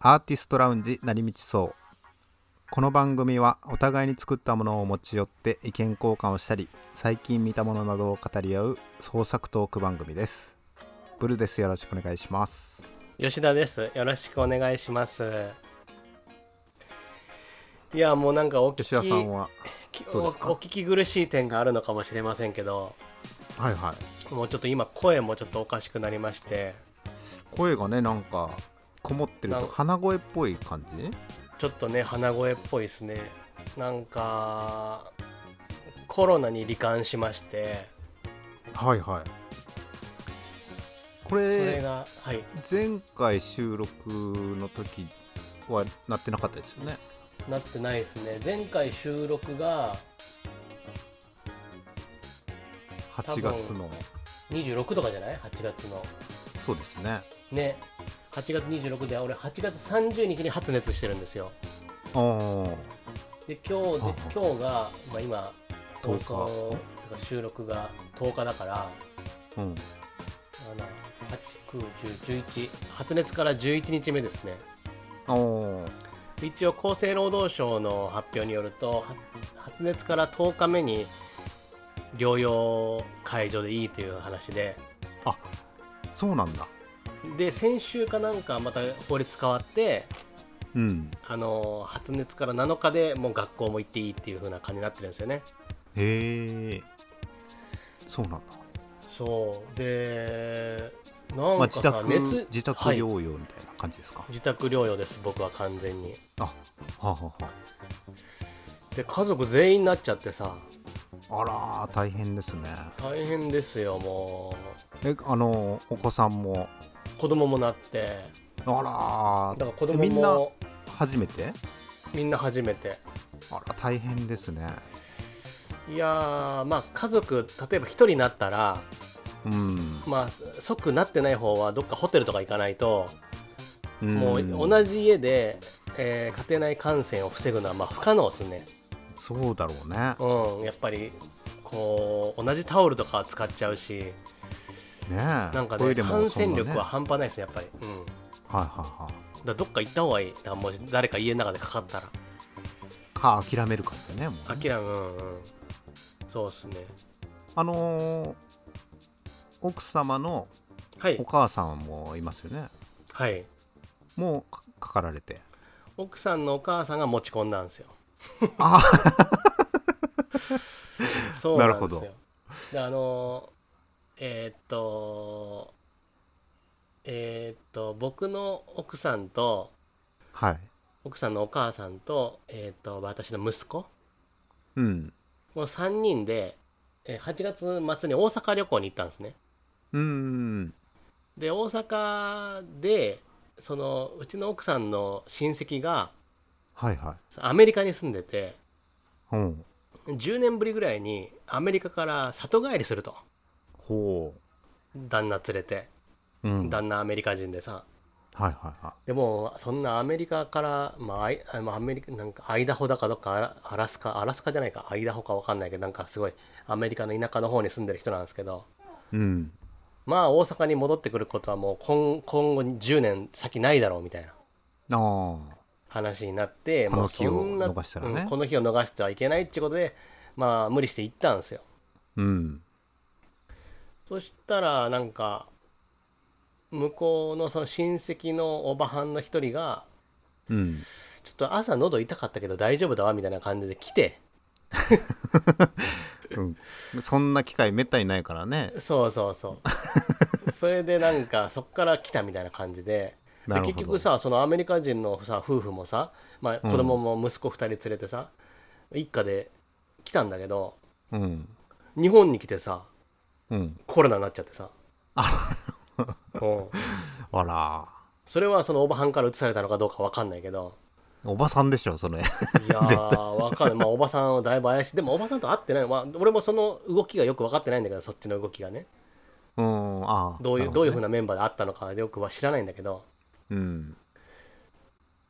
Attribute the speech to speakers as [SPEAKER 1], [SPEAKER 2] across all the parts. [SPEAKER 1] アーティストラウンジ成道荘この番組はお互いに作ったものを持ち寄って意見交換をしたり最近見たものなどを語り合う創作トーク番組ですブルですよろしくお願いします
[SPEAKER 2] 吉田です。よろしくお願いします。いや、もうなんかお聞き
[SPEAKER 1] 吉田さんは
[SPEAKER 2] き
[SPEAKER 1] どう
[SPEAKER 2] おお
[SPEAKER 1] ですか
[SPEAKER 2] 聞き苦しい点があるのかもしれませんけど、
[SPEAKER 1] はいはい
[SPEAKER 2] もうちょっと今、声もちょっとおかしくなりまして、
[SPEAKER 1] 声がねなんかこもってる
[SPEAKER 2] な
[SPEAKER 1] と
[SPEAKER 2] ん
[SPEAKER 1] 鼻声っぽい感じ
[SPEAKER 2] ちょっとね、鼻声っぽいですね。なんか、コロナに罹患しまして、
[SPEAKER 1] はいはいこ
[SPEAKER 2] それ
[SPEAKER 1] れ
[SPEAKER 2] が、はい、
[SPEAKER 1] 前回収録の時はなってなかったですよね
[SPEAKER 2] なってないですね。前回収録が
[SPEAKER 1] 8月の
[SPEAKER 2] 26とかじゃない ?8 月の。
[SPEAKER 1] そうですね
[SPEAKER 2] ね、8月26で、俺8月30日に発熱してるんですよ。
[SPEAKER 1] あー
[SPEAKER 2] で今
[SPEAKER 1] は
[SPEAKER 2] 日で
[SPEAKER 1] あはあ
[SPEAKER 2] 今日が、まあ、今
[SPEAKER 1] 10
[SPEAKER 2] 10
[SPEAKER 1] 日
[SPEAKER 2] 日をてか収録が10日だから
[SPEAKER 1] うん
[SPEAKER 2] 891011発熱から11日目ですね
[SPEAKER 1] あー
[SPEAKER 2] 一応厚生労働省の発表によるとは発熱から10日目に療養解除でいいという話で
[SPEAKER 1] そうなんだ
[SPEAKER 2] で先週かなんかまた法律変わって
[SPEAKER 1] うん
[SPEAKER 2] あの発熱から7日でもう学校も行っていいっていう風な感じになってるんですよね
[SPEAKER 1] へえそうなんだ、
[SPEAKER 2] そうでなん
[SPEAKER 1] まあ、
[SPEAKER 2] か
[SPEAKER 1] 自
[SPEAKER 2] さ、
[SPEAKER 1] 宅
[SPEAKER 2] 熱
[SPEAKER 1] 自宅
[SPEAKER 2] はい
[SPEAKER 1] 療養みたいな感じですか、
[SPEAKER 2] 自宅療養です僕は完全に
[SPEAKER 1] はあはあは
[SPEAKER 2] で家族全員になっちゃってさ
[SPEAKER 1] ああらー大変ですね
[SPEAKER 2] 大変ですよも
[SPEAKER 1] えあのお子さんも
[SPEAKER 2] う子供もなって
[SPEAKER 1] あ
[SPEAKER 2] だからら子供
[SPEAKER 1] みんな
[SPEAKER 2] も
[SPEAKER 1] 初めて
[SPEAKER 2] みんな初めて
[SPEAKER 1] あら大変ですね
[SPEAKER 2] いやーまあ家族例えば1人になったら
[SPEAKER 1] うん、
[SPEAKER 2] まあ即なってない方はどっかホテルとか行かないと
[SPEAKER 1] うん
[SPEAKER 2] もう同じ家で、えー家庭内感染を防ぐのはまあ不可能ですね
[SPEAKER 1] そうだろうね
[SPEAKER 2] うんやっぱりこう同じタオルとかは使っちゃうし
[SPEAKER 1] ねえ
[SPEAKER 2] なんか
[SPEAKER 1] トイ
[SPEAKER 2] ね
[SPEAKER 1] レも
[SPEAKER 2] 感
[SPEAKER 1] そん
[SPEAKER 2] 染
[SPEAKER 1] なね
[SPEAKER 2] 力は半端ないですねやっぱりう
[SPEAKER 1] は
[SPEAKER 2] ん
[SPEAKER 1] いはいはい
[SPEAKER 2] だからどっか行った方がいいだからもう誰か家の中でかかったら
[SPEAKER 1] か諦めるかだよねもうね
[SPEAKER 2] 諦めうんうんそうっすね
[SPEAKER 1] あのー奥様の
[SPEAKER 2] はい
[SPEAKER 1] お母さんもいますよね
[SPEAKER 2] はい
[SPEAKER 1] もうかかかられて
[SPEAKER 2] 奥さんのお母さんが持ち込んだんですよ
[SPEAKER 1] あ
[SPEAKER 2] そうなんですよ
[SPEAKER 1] なるほど
[SPEAKER 2] であのーえーっとえーっと僕の奥さんと
[SPEAKER 1] はい
[SPEAKER 2] 奥さんのお母さんと,、えーっと私の息子
[SPEAKER 1] うん
[SPEAKER 2] の3人でえー8月末に大阪旅行に行ったんですね
[SPEAKER 1] うーん
[SPEAKER 2] で大阪でそのうちの奥さんの親戚が
[SPEAKER 1] はいは
[SPEAKER 2] アメリカに住んでて
[SPEAKER 1] いうん
[SPEAKER 2] 10年ぶりぐらいにアメリカから里帰りすると
[SPEAKER 1] ほ
[SPEAKER 2] 旦那連れて
[SPEAKER 1] ううんはい
[SPEAKER 2] 旦那アメリカ人でさ
[SPEAKER 1] はいは
[SPEAKER 2] でもそんなアメリカから、まあアイあ、まあアメリカなんかアイダホだかどっかアラアラスカアラスカじゃないかアイダホかわかんないけどなんかすごいアメリカの田舎の方に住んでる人なんですけど
[SPEAKER 1] いうん
[SPEAKER 2] まあ大阪に戻ってくることはもう今今後10年先ないだろうみたいな
[SPEAKER 1] ああ
[SPEAKER 2] 話になって
[SPEAKER 1] この日を
[SPEAKER 2] もうそんな
[SPEAKER 1] 逃したらね
[SPEAKER 2] うんこの日を逃してはいけないってことでまあ無理して行ったんですよ
[SPEAKER 1] うん
[SPEAKER 2] そしたらなんか向こうのその親戚のおばはんの一人が
[SPEAKER 1] うん
[SPEAKER 2] ちょっと朝喉痛かったけど大丈夫だわみたいな感じで来て
[SPEAKER 1] うん、そんな機会めったにないからね
[SPEAKER 2] そうそうそ うそれでなんかそっから来たみたいな感じで
[SPEAKER 1] な
[SPEAKER 2] で
[SPEAKER 1] るほど
[SPEAKER 2] 結局さそのアメリカ人のさ夫婦もさ、まあ、
[SPEAKER 1] うん
[SPEAKER 2] 子供も息子2人連れてさ、一家で来たんだけど
[SPEAKER 1] うん
[SPEAKER 2] 日本に来てさ
[SPEAKER 1] うん
[SPEAKER 2] コロナになっちゃってさうん
[SPEAKER 1] あら
[SPEAKER 2] それはそのおばはんから移されたのかどうかわかんない けど
[SPEAKER 1] おばさんでしょそれ
[SPEAKER 2] いやーわかんないまあおばさんをだいぶ怪しいでもおばさんと会ってない、まあ、俺もその動きがよく分かってないんだけどそっちの動きがね
[SPEAKER 1] うんああ
[SPEAKER 2] どういう
[SPEAKER 1] なる
[SPEAKER 2] ど
[SPEAKER 1] ほ
[SPEAKER 2] ういうふ
[SPEAKER 1] ね
[SPEAKER 2] うなメンバーで会ったのかよくは知らないんだけど
[SPEAKER 1] うん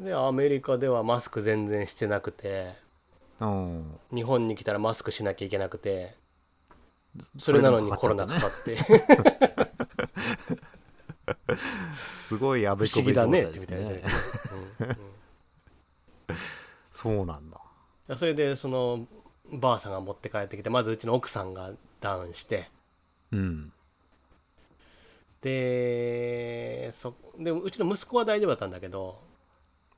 [SPEAKER 2] でアメリカではマスク全然してなくて
[SPEAKER 1] うん
[SPEAKER 2] 日本に来たらマスクしなきゃいけなくて
[SPEAKER 1] そ
[SPEAKER 2] それなの
[SPEAKER 1] で
[SPEAKER 2] に
[SPEAKER 1] も
[SPEAKER 2] コ
[SPEAKER 1] か
[SPEAKER 2] ロ
[SPEAKER 1] か
[SPEAKER 2] ナ
[SPEAKER 1] っちゃ
[SPEAKER 2] か
[SPEAKER 1] っ
[SPEAKER 2] かって
[SPEAKER 1] すごいあべ
[SPEAKER 2] 不
[SPEAKER 1] こ
[SPEAKER 2] 思
[SPEAKER 1] べ
[SPEAKER 2] 議
[SPEAKER 1] こ
[SPEAKER 2] だね
[SPEAKER 1] で
[SPEAKER 2] ってみ
[SPEAKER 1] す
[SPEAKER 2] たいな、
[SPEAKER 1] ね
[SPEAKER 2] ねうんうん
[SPEAKER 1] そうなんだ
[SPEAKER 2] それでそのばあさんが持って帰ってきてまずうちの奥さんがダウンして
[SPEAKER 1] うん
[SPEAKER 2] でそでうちの息子は大丈夫だったんだけど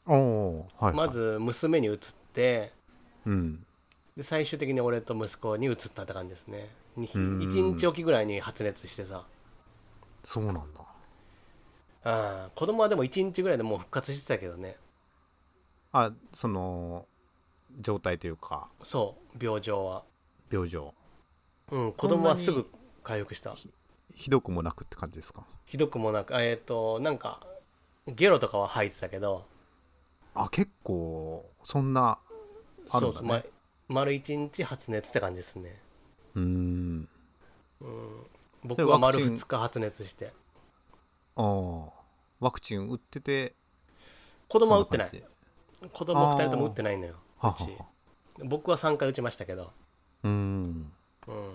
[SPEAKER 1] おおーはい、はい、
[SPEAKER 2] まず娘に移って
[SPEAKER 1] うん
[SPEAKER 2] で最終的に俺と息子に移ったって感じですね
[SPEAKER 1] うん
[SPEAKER 2] 1日おきぐらいに発熱してさ
[SPEAKER 1] そうなんだ
[SPEAKER 2] あ子供はでも1日ぐらいでもう復活してたけどね
[SPEAKER 1] あその状態というか
[SPEAKER 2] そう病状は
[SPEAKER 1] 病状
[SPEAKER 2] うん子供はすぐ回復した
[SPEAKER 1] ひどくもなくって感じですか
[SPEAKER 2] ひどくもなくあえっ、となんかゲロとかは吐いてたけど
[SPEAKER 1] あ結構そんなあるんだね
[SPEAKER 2] そうま丸1日発熱って感じですね
[SPEAKER 1] うーん
[SPEAKER 2] 僕
[SPEAKER 1] ワ
[SPEAKER 2] は
[SPEAKER 1] ク
[SPEAKER 2] 丸
[SPEAKER 1] チン
[SPEAKER 2] 2日発熱して
[SPEAKER 1] ああワクチン打ってて
[SPEAKER 2] 子供は打ってない
[SPEAKER 1] そん感じで
[SPEAKER 2] 子供は2人とも打ってないのよ
[SPEAKER 1] はは
[SPEAKER 2] うち
[SPEAKER 1] は
[SPEAKER 2] 僕は3回打ちましたけど、
[SPEAKER 1] うーん
[SPEAKER 2] うん、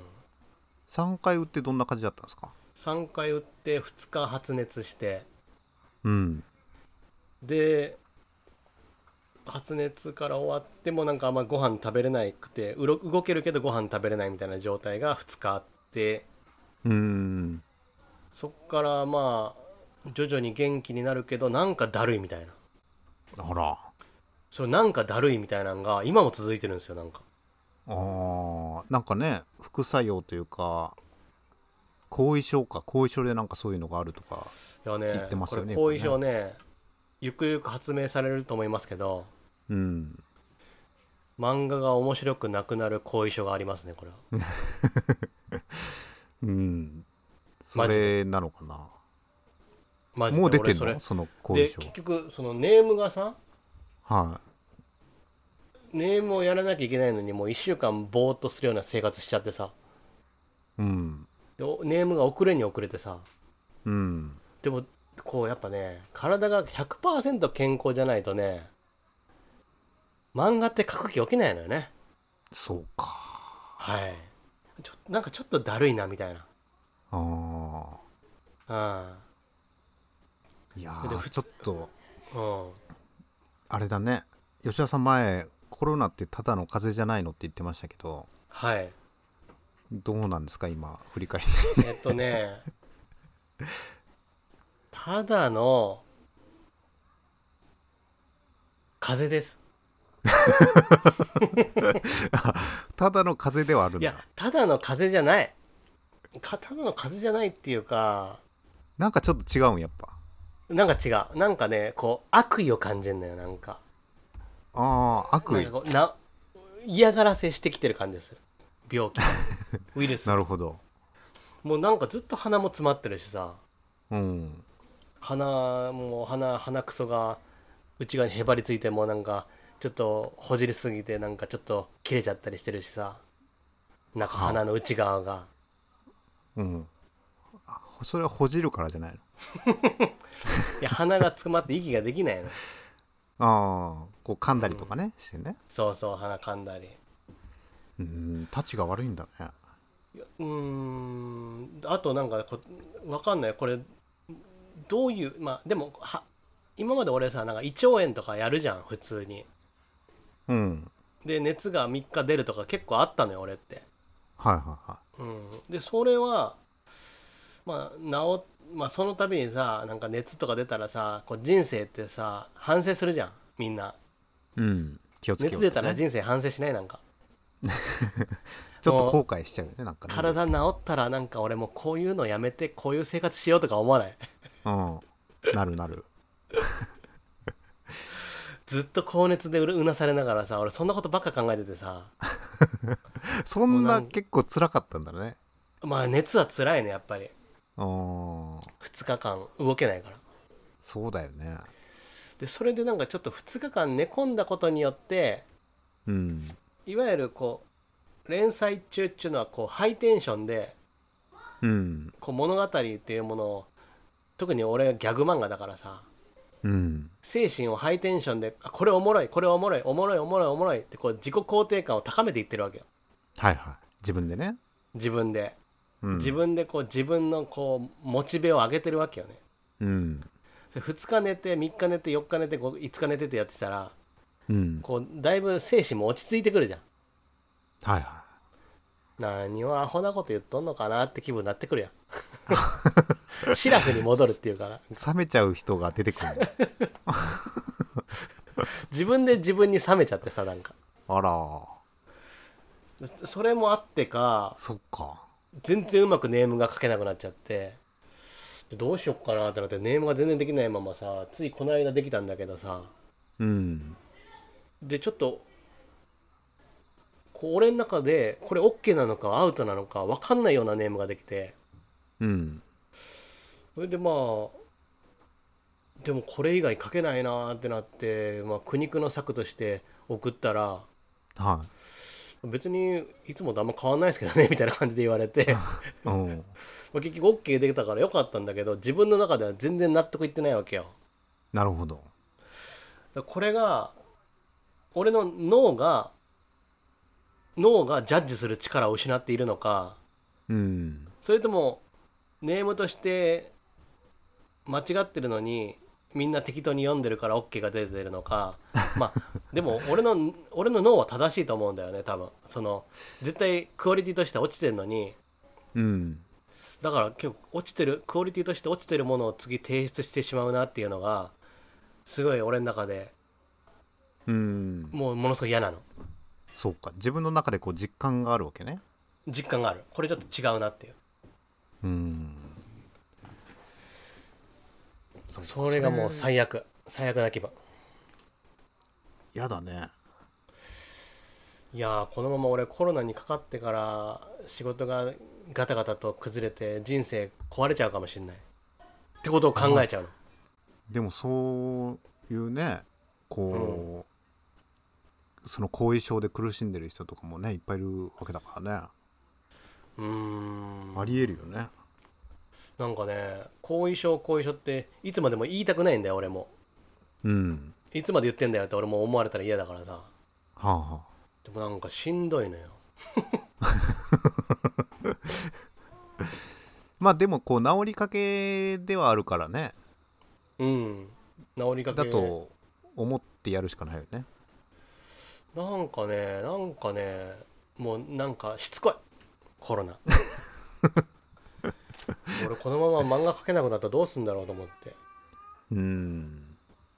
[SPEAKER 1] 3回打ってどんな感じだったんですか
[SPEAKER 2] 3回打って2日発熱して
[SPEAKER 1] うん
[SPEAKER 2] で発熱から終わってもなんかあんまご飯食べれなくてうろ動けるけどご飯食べれないみたいな状態が2日あって
[SPEAKER 1] うーん
[SPEAKER 2] そっからまあ徐々に元気になるけどなんかだるいみたいな
[SPEAKER 1] あら
[SPEAKER 2] それなんかだるいみたいなのが今も続いてるんですよなんか
[SPEAKER 1] あーなんかね副作用というか後遺症か後遺症でなんかそういうのがあるとか
[SPEAKER 2] いや
[SPEAKER 1] 言
[SPEAKER 2] ね
[SPEAKER 1] ってますよね
[SPEAKER 2] これ後遺症ねゆくゆく発明されると思いますけど
[SPEAKER 1] うん
[SPEAKER 2] 漫画が面白くなくなる後遺症がありますねこれは
[SPEAKER 1] うんそ
[SPEAKER 2] マジ
[SPEAKER 1] れなのかな
[SPEAKER 2] マジで
[SPEAKER 1] もう出てん
[SPEAKER 2] 俺
[SPEAKER 1] の
[SPEAKER 2] そ
[SPEAKER 1] その後
[SPEAKER 2] れで
[SPEAKER 1] 遺症
[SPEAKER 2] 結局そのネームがさ
[SPEAKER 1] は
[SPEAKER 2] ネームをやらなきゃいけないのにもう1週間ぼーっとするような生活しちゃってさ
[SPEAKER 1] いうん
[SPEAKER 2] でおネームが遅れに遅れてさ
[SPEAKER 1] うん
[SPEAKER 2] でもこうやっぱね体が100%健康じゃないとね漫画って書く気起きないのよね
[SPEAKER 1] そうか
[SPEAKER 2] はいちょなんかちょっとだるいなみたいな
[SPEAKER 1] ああ
[SPEAKER 2] あ
[SPEAKER 1] いや
[SPEAKER 2] で
[SPEAKER 1] ー
[SPEAKER 2] 普
[SPEAKER 1] ちょっと
[SPEAKER 2] あうん
[SPEAKER 1] あれだね吉田さん前コロナってただの風邪じゃないのって言ってましたけど
[SPEAKER 2] はい
[SPEAKER 1] どうなんですか今振り返って
[SPEAKER 2] えっとねただの風邪です
[SPEAKER 1] ただの風邪ではあるん
[SPEAKER 2] いや
[SPEAKER 1] だ
[SPEAKER 2] ただの風邪じゃないかただの風邪じゃないっていうか
[SPEAKER 1] なんかちょっと違うんやっぱ
[SPEAKER 2] なんか違うなんかねこう悪意を感じるのよなんか
[SPEAKER 1] ああ
[SPEAKER 2] な
[SPEAKER 1] 悪
[SPEAKER 2] ん
[SPEAKER 1] 意
[SPEAKER 2] かこうな嫌がらせしてきてる感じでする 病気ウイルス
[SPEAKER 1] なるほど
[SPEAKER 2] もうなんかずっと鼻も詰まってるしさ
[SPEAKER 1] うん
[SPEAKER 2] 鼻もう鼻鼻くそが内側にへばりついてもうなんかちょっとほじりすぎてなんかちょっと切れちゃったりしてるしさなんか
[SPEAKER 1] はあ
[SPEAKER 2] 鼻の内側が
[SPEAKER 1] うんあそれはほじるからじゃないの
[SPEAKER 2] いや鼻が詰まって息ができないの
[SPEAKER 1] ああこう噛んだりとかね、してね
[SPEAKER 2] そうそう鼻かんだり
[SPEAKER 1] うんたちが悪いんだね
[SPEAKER 2] うーんあとなんかこわかんないこれどういうまあでもは今まで俺さなんか胃腸炎とかやるじゃん普通に
[SPEAKER 1] うん
[SPEAKER 2] で熱が3日出るとか結構あったのよ俺って
[SPEAKER 1] はいはいは
[SPEAKER 2] うん、でそれはまあ治っまあその度にさなんか熱とか出たらさこう人生ってさ反省するじゃんみんな、
[SPEAKER 1] いうん気をつけよ
[SPEAKER 2] 熱
[SPEAKER 1] うってね、
[SPEAKER 2] 出たら人生反省しないなんか
[SPEAKER 1] ちょっと後悔しちゃうよねなんかね
[SPEAKER 2] 体治ったらなんか俺もうこういうのやめてこういう生活しようとか思わない
[SPEAKER 1] うんなるなる
[SPEAKER 2] ずっと高熱でうるうなされながらさ俺そんなことばっか考えててさ
[SPEAKER 1] そんな結構辛かったんだね
[SPEAKER 2] まあ熱は辛いねやっぱり
[SPEAKER 1] うん
[SPEAKER 2] 2日間動けないから
[SPEAKER 1] そうだよね
[SPEAKER 2] でそれでなんかちょっと2日間寝込んだことによって
[SPEAKER 1] うん
[SPEAKER 2] いわゆるこう連載中っていうのはこうハイテンションで
[SPEAKER 1] うん
[SPEAKER 2] こう物語っていうものを特に俺はギャグ漫画だからさ
[SPEAKER 1] うん
[SPEAKER 2] 精神をハイテンションであこれおもろいこれおもろいおもろいおもろいおもろいってこう自己肯定感を高めていってるわけよ
[SPEAKER 1] はいはい自分でね、
[SPEAKER 2] 自分で、
[SPEAKER 1] うん、
[SPEAKER 2] 自分でこう自分のこうモチベを上げてるわけよね
[SPEAKER 1] うん
[SPEAKER 2] で2日寝て3日寝て4日寝て 5, 日寝てってやってたら
[SPEAKER 1] うん
[SPEAKER 2] こうだいぶ精神も落ち着いてくるじゃん
[SPEAKER 1] はいは
[SPEAKER 2] 何をアホなこと言っとんのかなって気分になってくるやんシラフに戻るっていうから
[SPEAKER 1] い冷めちゃう人が出てくる
[SPEAKER 2] 自分で自分に冷めちゃってさなんか
[SPEAKER 1] のあら
[SPEAKER 2] それもあってか
[SPEAKER 1] そっか
[SPEAKER 2] 全然うまくネームが書けなくなっちゃってでどうしよっかなってなってネームが全然できないままさついこの間できたんだけどさ
[SPEAKER 1] うん
[SPEAKER 2] でちょっとこう俺の中でこれ OK なのかアウトなのか分かんないようなネームができて
[SPEAKER 1] うん
[SPEAKER 2] それでまあでもこれ以外書けないなーってなって、まあ、苦肉の策として送ったら
[SPEAKER 1] は
[SPEAKER 2] 別にいつもとあんま変わんないですけどね みたいな感じで言われてま
[SPEAKER 1] いうん
[SPEAKER 2] あ結局 OK できたからよかったんだけど自分の中では全然納得いってないわけよ
[SPEAKER 1] なるほど
[SPEAKER 2] だからこれが俺の脳が脳がジャッジする力を失っているのか
[SPEAKER 1] うん
[SPEAKER 2] それともネームとして間違ってるのにみんな適当に読んでるから OK が出てるのかまあでも俺の俺の脳は正しいと思うんだよね多分その絶対クオリティとして落ちてるのに
[SPEAKER 1] うん
[SPEAKER 2] だから結構落ちてるクオリティとして落ちてるものを次提出してしまうなっていうのがすごい俺の中で
[SPEAKER 1] うん
[SPEAKER 2] もうものすごい嫌なの
[SPEAKER 1] そうか自分の中でこう実感があるわけね
[SPEAKER 2] 実感があるこれちょっと違うなっていう
[SPEAKER 1] うんそっか
[SPEAKER 2] それがもう
[SPEAKER 1] そ
[SPEAKER 2] 最悪最悪な気分
[SPEAKER 1] やだね
[SPEAKER 2] いやーこのまま俺コロナにかかってから仕事がガタガタと崩れて人生壊れちゃうかもしれないってことを考えちゃうの
[SPEAKER 1] でもそういうねこう、その後遺症で苦しんでる人とかもねいっぱいいるわけだからね、
[SPEAKER 2] うーん
[SPEAKER 1] ありえるよね
[SPEAKER 2] なんかね後遺症後遺症っていつまでも言いたくないんだよ俺も
[SPEAKER 1] うん
[SPEAKER 2] いつまで言ってんだよって俺も思われたら嫌だからさ
[SPEAKER 1] はあ、は
[SPEAKER 2] でもなんかしんどいのよ
[SPEAKER 1] あ、まあでもこう治りかけではあるからね
[SPEAKER 2] うん治りかけ
[SPEAKER 1] だと思ってやるしかないよね
[SPEAKER 2] なんかねなんかねもうなんかしつこい コロナ俺このまま漫画描けなくなったらどうすんだろうと思って
[SPEAKER 1] うん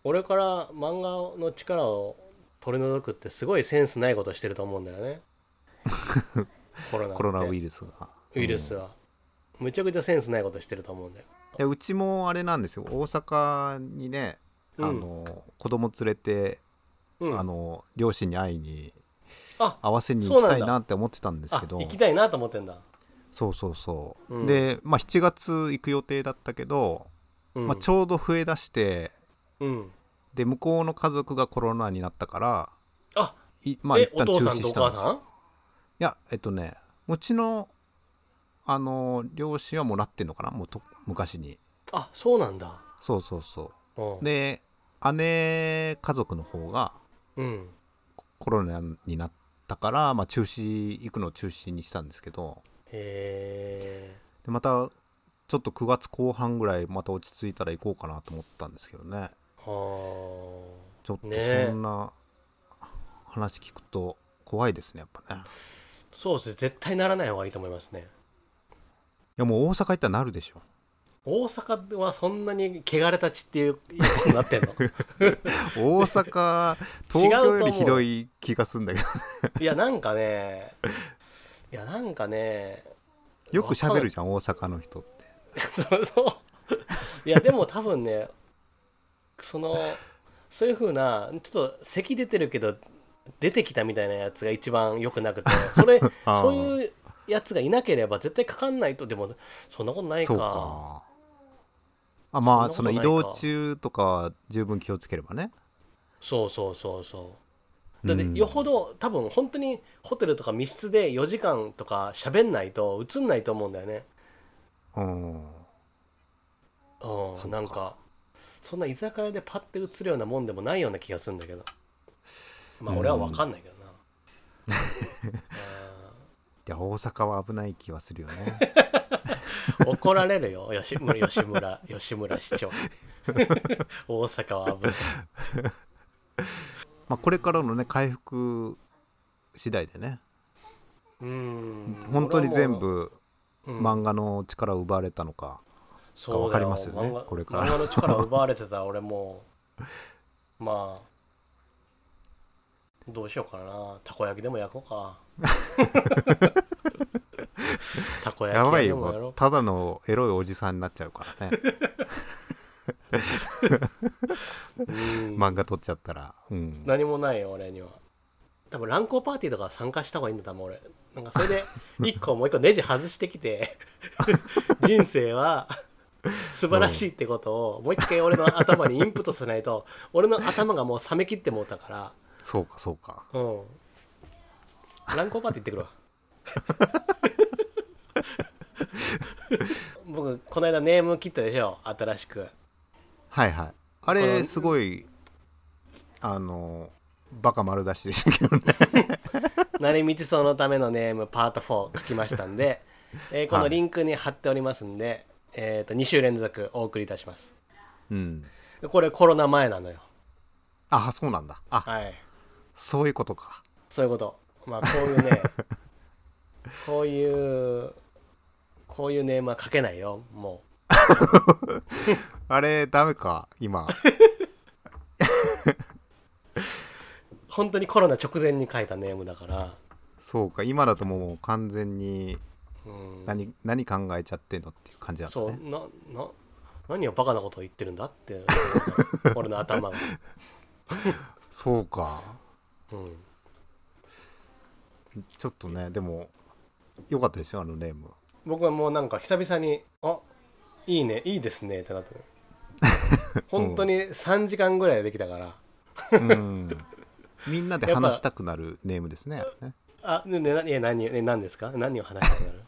[SPEAKER 2] 俺から漫画の力を取り除くってすごいセンスないことしてると思うんだ よねコロナって
[SPEAKER 1] コロナウイルスが
[SPEAKER 2] ウイルスは、むちゃくちゃセンスないことしてると思うんだよ
[SPEAKER 1] でうちもあれなんですよ大阪にねあ
[SPEAKER 2] うん
[SPEAKER 1] の、子供連れて、
[SPEAKER 2] うん
[SPEAKER 1] あの両親に会いに
[SPEAKER 2] あ
[SPEAKER 1] 会わせに行きた
[SPEAKER 2] そう
[SPEAKER 1] い
[SPEAKER 2] なんだ
[SPEAKER 1] なって思ってたんです
[SPEAKER 2] あ
[SPEAKER 1] けど
[SPEAKER 2] 行きたいなと思ってんだ、
[SPEAKER 1] そうそうそう、
[SPEAKER 2] うん
[SPEAKER 1] で、まあ、7月行く予定だったけど、
[SPEAKER 2] うん
[SPEAKER 1] まあ、ちょうど増えだして
[SPEAKER 2] うん
[SPEAKER 1] で向こうの家族がコロナになったから
[SPEAKER 2] あ
[SPEAKER 1] いまあ
[SPEAKER 2] え
[SPEAKER 1] 一
[SPEAKER 2] お
[SPEAKER 1] 旦
[SPEAKER 2] 父
[SPEAKER 1] 中
[SPEAKER 2] さ
[SPEAKER 1] 止
[SPEAKER 2] んとお
[SPEAKER 1] したん
[SPEAKER 2] 母
[SPEAKER 1] です
[SPEAKER 2] さ
[SPEAKER 1] よ
[SPEAKER 2] ん
[SPEAKER 1] いやえっとねうちのあの両親はもうなってんのかなもうと昔に
[SPEAKER 2] あそうなんだ、
[SPEAKER 1] そうそうそううんで姉家族の方が
[SPEAKER 2] うん、
[SPEAKER 1] コロナになったから、まあ、中止行くのを中止にしたんですけど
[SPEAKER 2] へえ
[SPEAKER 1] でまたちょっと9月後半ぐらいまた落ち着いたら行こうかなと思ったんですけどね
[SPEAKER 2] はあ
[SPEAKER 1] ちょっと
[SPEAKER 2] ねえ
[SPEAKER 1] そんな話聞くと怖いですねやっぱね
[SPEAKER 2] そうですね絶対ならない方がいいと思いますね
[SPEAKER 1] いやもう大阪行ったらなるで しょ
[SPEAKER 2] 大阪はそんなに汚れた地っていう言い方になってんの
[SPEAKER 1] 大阪
[SPEAKER 2] 違う
[SPEAKER 1] 東
[SPEAKER 2] と思う
[SPEAKER 1] 京よりひどい気がするんだけど
[SPEAKER 2] いやなんかねいやなんかね
[SPEAKER 1] よく喋る
[SPEAKER 2] じ
[SPEAKER 1] じゃん大阪の人って
[SPEAKER 2] ゃんそうそういやでも多分ねそのそういう風なちょっと咳出てるけど出てきたみたいなやつが一番良くなくてそれ
[SPEAKER 1] あー
[SPEAKER 2] そういうやつがいなければ絶対かかんないとでもそんなことないか
[SPEAKER 1] そうかあまあ
[SPEAKER 2] そ
[SPEAKER 1] そ
[SPEAKER 2] んな
[SPEAKER 1] の
[SPEAKER 2] こと
[SPEAKER 1] 移
[SPEAKER 2] ないか
[SPEAKER 1] 動中とかは十分気をつければね
[SPEAKER 2] そうそうそうそうだって
[SPEAKER 1] うん
[SPEAKER 2] よほど、多分本当にホテルとか密室で4時間とか喋んないと映んないと思うんだよね
[SPEAKER 1] うん
[SPEAKER 2] う
[SPEAKER 1] そ
[SPEAKER 2] ん
[SPEAKER 1] っ
[SPEAKER 2] なんかそんな居酒屋でパッて映るようなもんでもないような気がするんだけどまあ
[SPEAKER 1] うん
[SPEAKER 2] 俺は分かんないけどな、
[SPEAKER 1] いや大阪は危ない気はするよね
[SPEAKER 2] 怒られるよ吉村吉村吉村市 長大阪は危ない
[SPEAKER 1] まあ、これからのね回復次第でね
[SPEAKER 2] うん
[SPEAKER 1] 本当に全部
[SPEAKER 2] これはもうう
[SPEAKER 1] 漫
[SPEAKER 2] ん
[SPEAKER 1] 画の力を奪われたのか、
[SPEAKER 2] そうだよ
[SPEAKER 1] わかりますよね
[SPEAKER 2] 漫画
[SPEAKER 1] これから
[SPEAKER 2] 漫画の力を奪われて たら俺もうまあどうしようかなたこ焼きでも焼こう かたこ焼
[SPEAKER 1] や
[SPEAKER 2] き
[SPEAKER 1] ば
[SPEAKER 2] 屋
[SPEAKER 1] い
[SPEAKER 2] で
[SPEAKER 1] よ
[SPEAKER 2] も
[SPEAKER 1] も
[SPEAKER 2] やろ
[SPEAKER 1] う
[SPEAKER 2] う
[SPEAKER 1] ただのエロいおじさんになっちゃうから ね
[SPEAKER 2] うん
[SPEAKER 1] 漫画撮っちゃったら、うん、
[SPEAKER 2] 何もないよ俺には多分乱行パーティーとか参加した方がいいんだ多分俺なんか それで一個もう一個ネジ外してきて人生は素晴らしいってことをもう一回俺の頭にインプットさないと俺の頭がもう冷めきってもうたか
[SPEAKER 1] そうかそうから
[SPEAKER 2] うん乱行パーティー行ってくるわ僕この間ネーム切ったでしょ新しく
[SPEAKER 1] はいはいあ
[SPEAKER 2] こ
[SPEAKER 1] れ
[SPEAKER 2] の
[SPEAKER 1] すごいあのバカ丸出しでしたけどね
[SPEAKER 2] 成道そのためのネームパート4書きましたんで、えーこのリンクに貼っておりますんで、えー、と2週連続お送りいたします
[SPEAKER 1] うん
[SPEAKER 2] これコロナ前なのよ
[SPEAKER 1] あそうなんだあ
[SPEAKER 2] はい
[SPEAKER 1] そういうことか
[SPEAKER 2] そういうことまあこういうねこういうこういうネームは書けないよも
[SPEAKER 1] あれダメか 今
[SPEAKER 2] う本当にコロナ直前に書いたネームだから
[SPEAKER 1] そうか今だともう完全に
[SPEAKER 2] うん
[SPEAKER 1] 何何考えちゃってんのっていう感じなんだ
[SPEAKER 2] そう
[SPEAKER 1] ね
[SPEAKER 2] なな何をバカなことを言ってるんだって 俺の頭が
[SPEAKER 1] そうか
[SPEAKER 2] うん
[SPEAKER 1] ちょっとねでもよかったですよあのネーム
[SPEAKER 2] 僕はもうなんか久々に「あいいねいいですね」ってなったの 本当に3時間ぐらいできたから
[SPEAKER 1] うんみんなで
[SPEAKER 2] やっぱ
[SPEAKER 1] 話したくなるネームですねあれね
[SPEAKER 2] あねねね何ね何ですか何を話 したくなる
[SPEAKER 1] い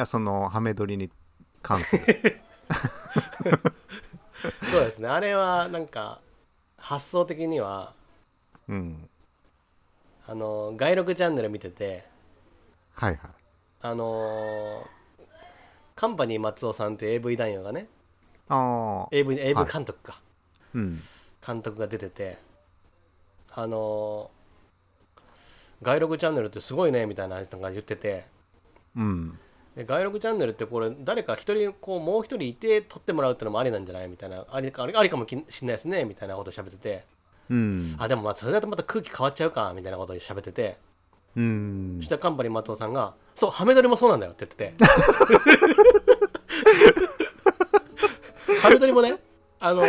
[SPEAKER 1] やそのハメ撮りに関する
[SPEAKER 2] そうですねあれはなんか発想的には
[SPEAKER 1] うん
[SPEAKER 2] あの外録チャンネル見てて
[SPEAKER 1] はいはい
[SPEAKER 2] あのカンパニー松尾さんっていう AV 男優がね
[SPEAKER 1] ああ
[SPEAKER 2] AV, AV
[SPEAKER 1] はい
[SPEAKER 2] 監督か、
[SPEAKER 1] うん
[SPEAKER 2] 監督が出ててあの外録チャンネルってすごいねみたいな話とか言ってて
[SPEAKER 1] うん
[SPEAKER 2] で外録チャンネルってこれ誰か一人こうもう一人いて撮ってもらうってのもありなんじゃないみたいなありかありありかもきんしんないですねみたいなこと喋ってて
[SPEAKER 1] うん
[SPEAKER 2] あでもまあそれだとまた空気変わっちゃうかみたいなこと喋ってて
[SPEAKER 1] うん
[SPEAKER 2] そしたらカンパニー松尾さんが「そうハメ撮りもそうなんだよ」って言って てハメ撮りもねあの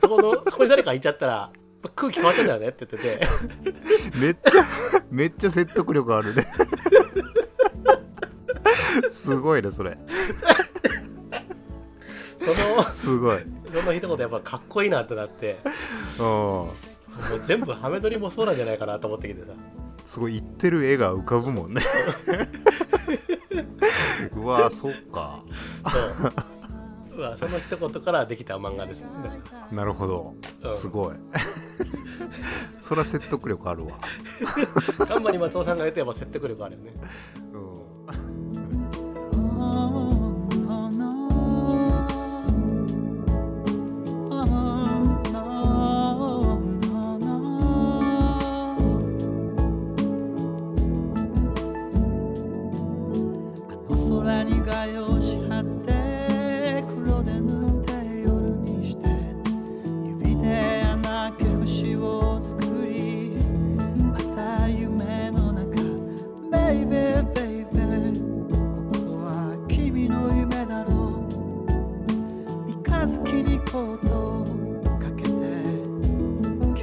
[SPEAKER 2] そこのそこに誰かいちゃったら空気変わっちゃうんだよねって言ってて
[SPEAKER 1] めっちゃめっちゃ説得力あるねすごいねそれ
[SPEAKER 2] その
[SPEAKER 1] すごい
[SPEAKER 2] その一言やっぱかっこいいなってなって
[SPEAKER 1] うん
[SPEAKER 2] もう全部ハメ撮りもそうなんじゃないかなと思ってきてさ
[SPEAKER 1] すごい言ってる絵が浮かぶもん ねうわそっか
[SPEAKER 2] そう。まあ、その一言からできた漫画ですね。
[SPEAKER 1] なるほど
[SPEAKER 2] うん
[SPEAKER 1] すごいそりゃ説得力あるわ、
[SPEAKER 2] 頑張り松尾さんが言っても説得力あるよね。
[SPEAKER 1] うん
[SPEAKER 3] 空に画用し張って黒で塗って夜にして指で穴開け節を作りまた夢の中ベイベーベイベーここは君の夢だろう三日月にコートをかけて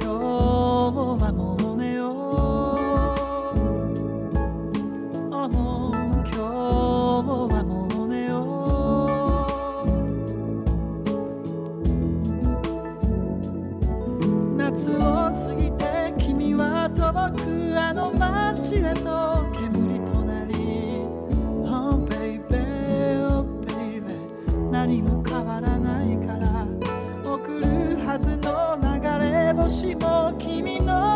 [SPEAKER 3] 今日はもう寝よう今日はもう寝よう夏を過ぎて君は遠くあの街へと煙となり Oh baby oh baby 何も変わらないから送るはずの流れ星も君の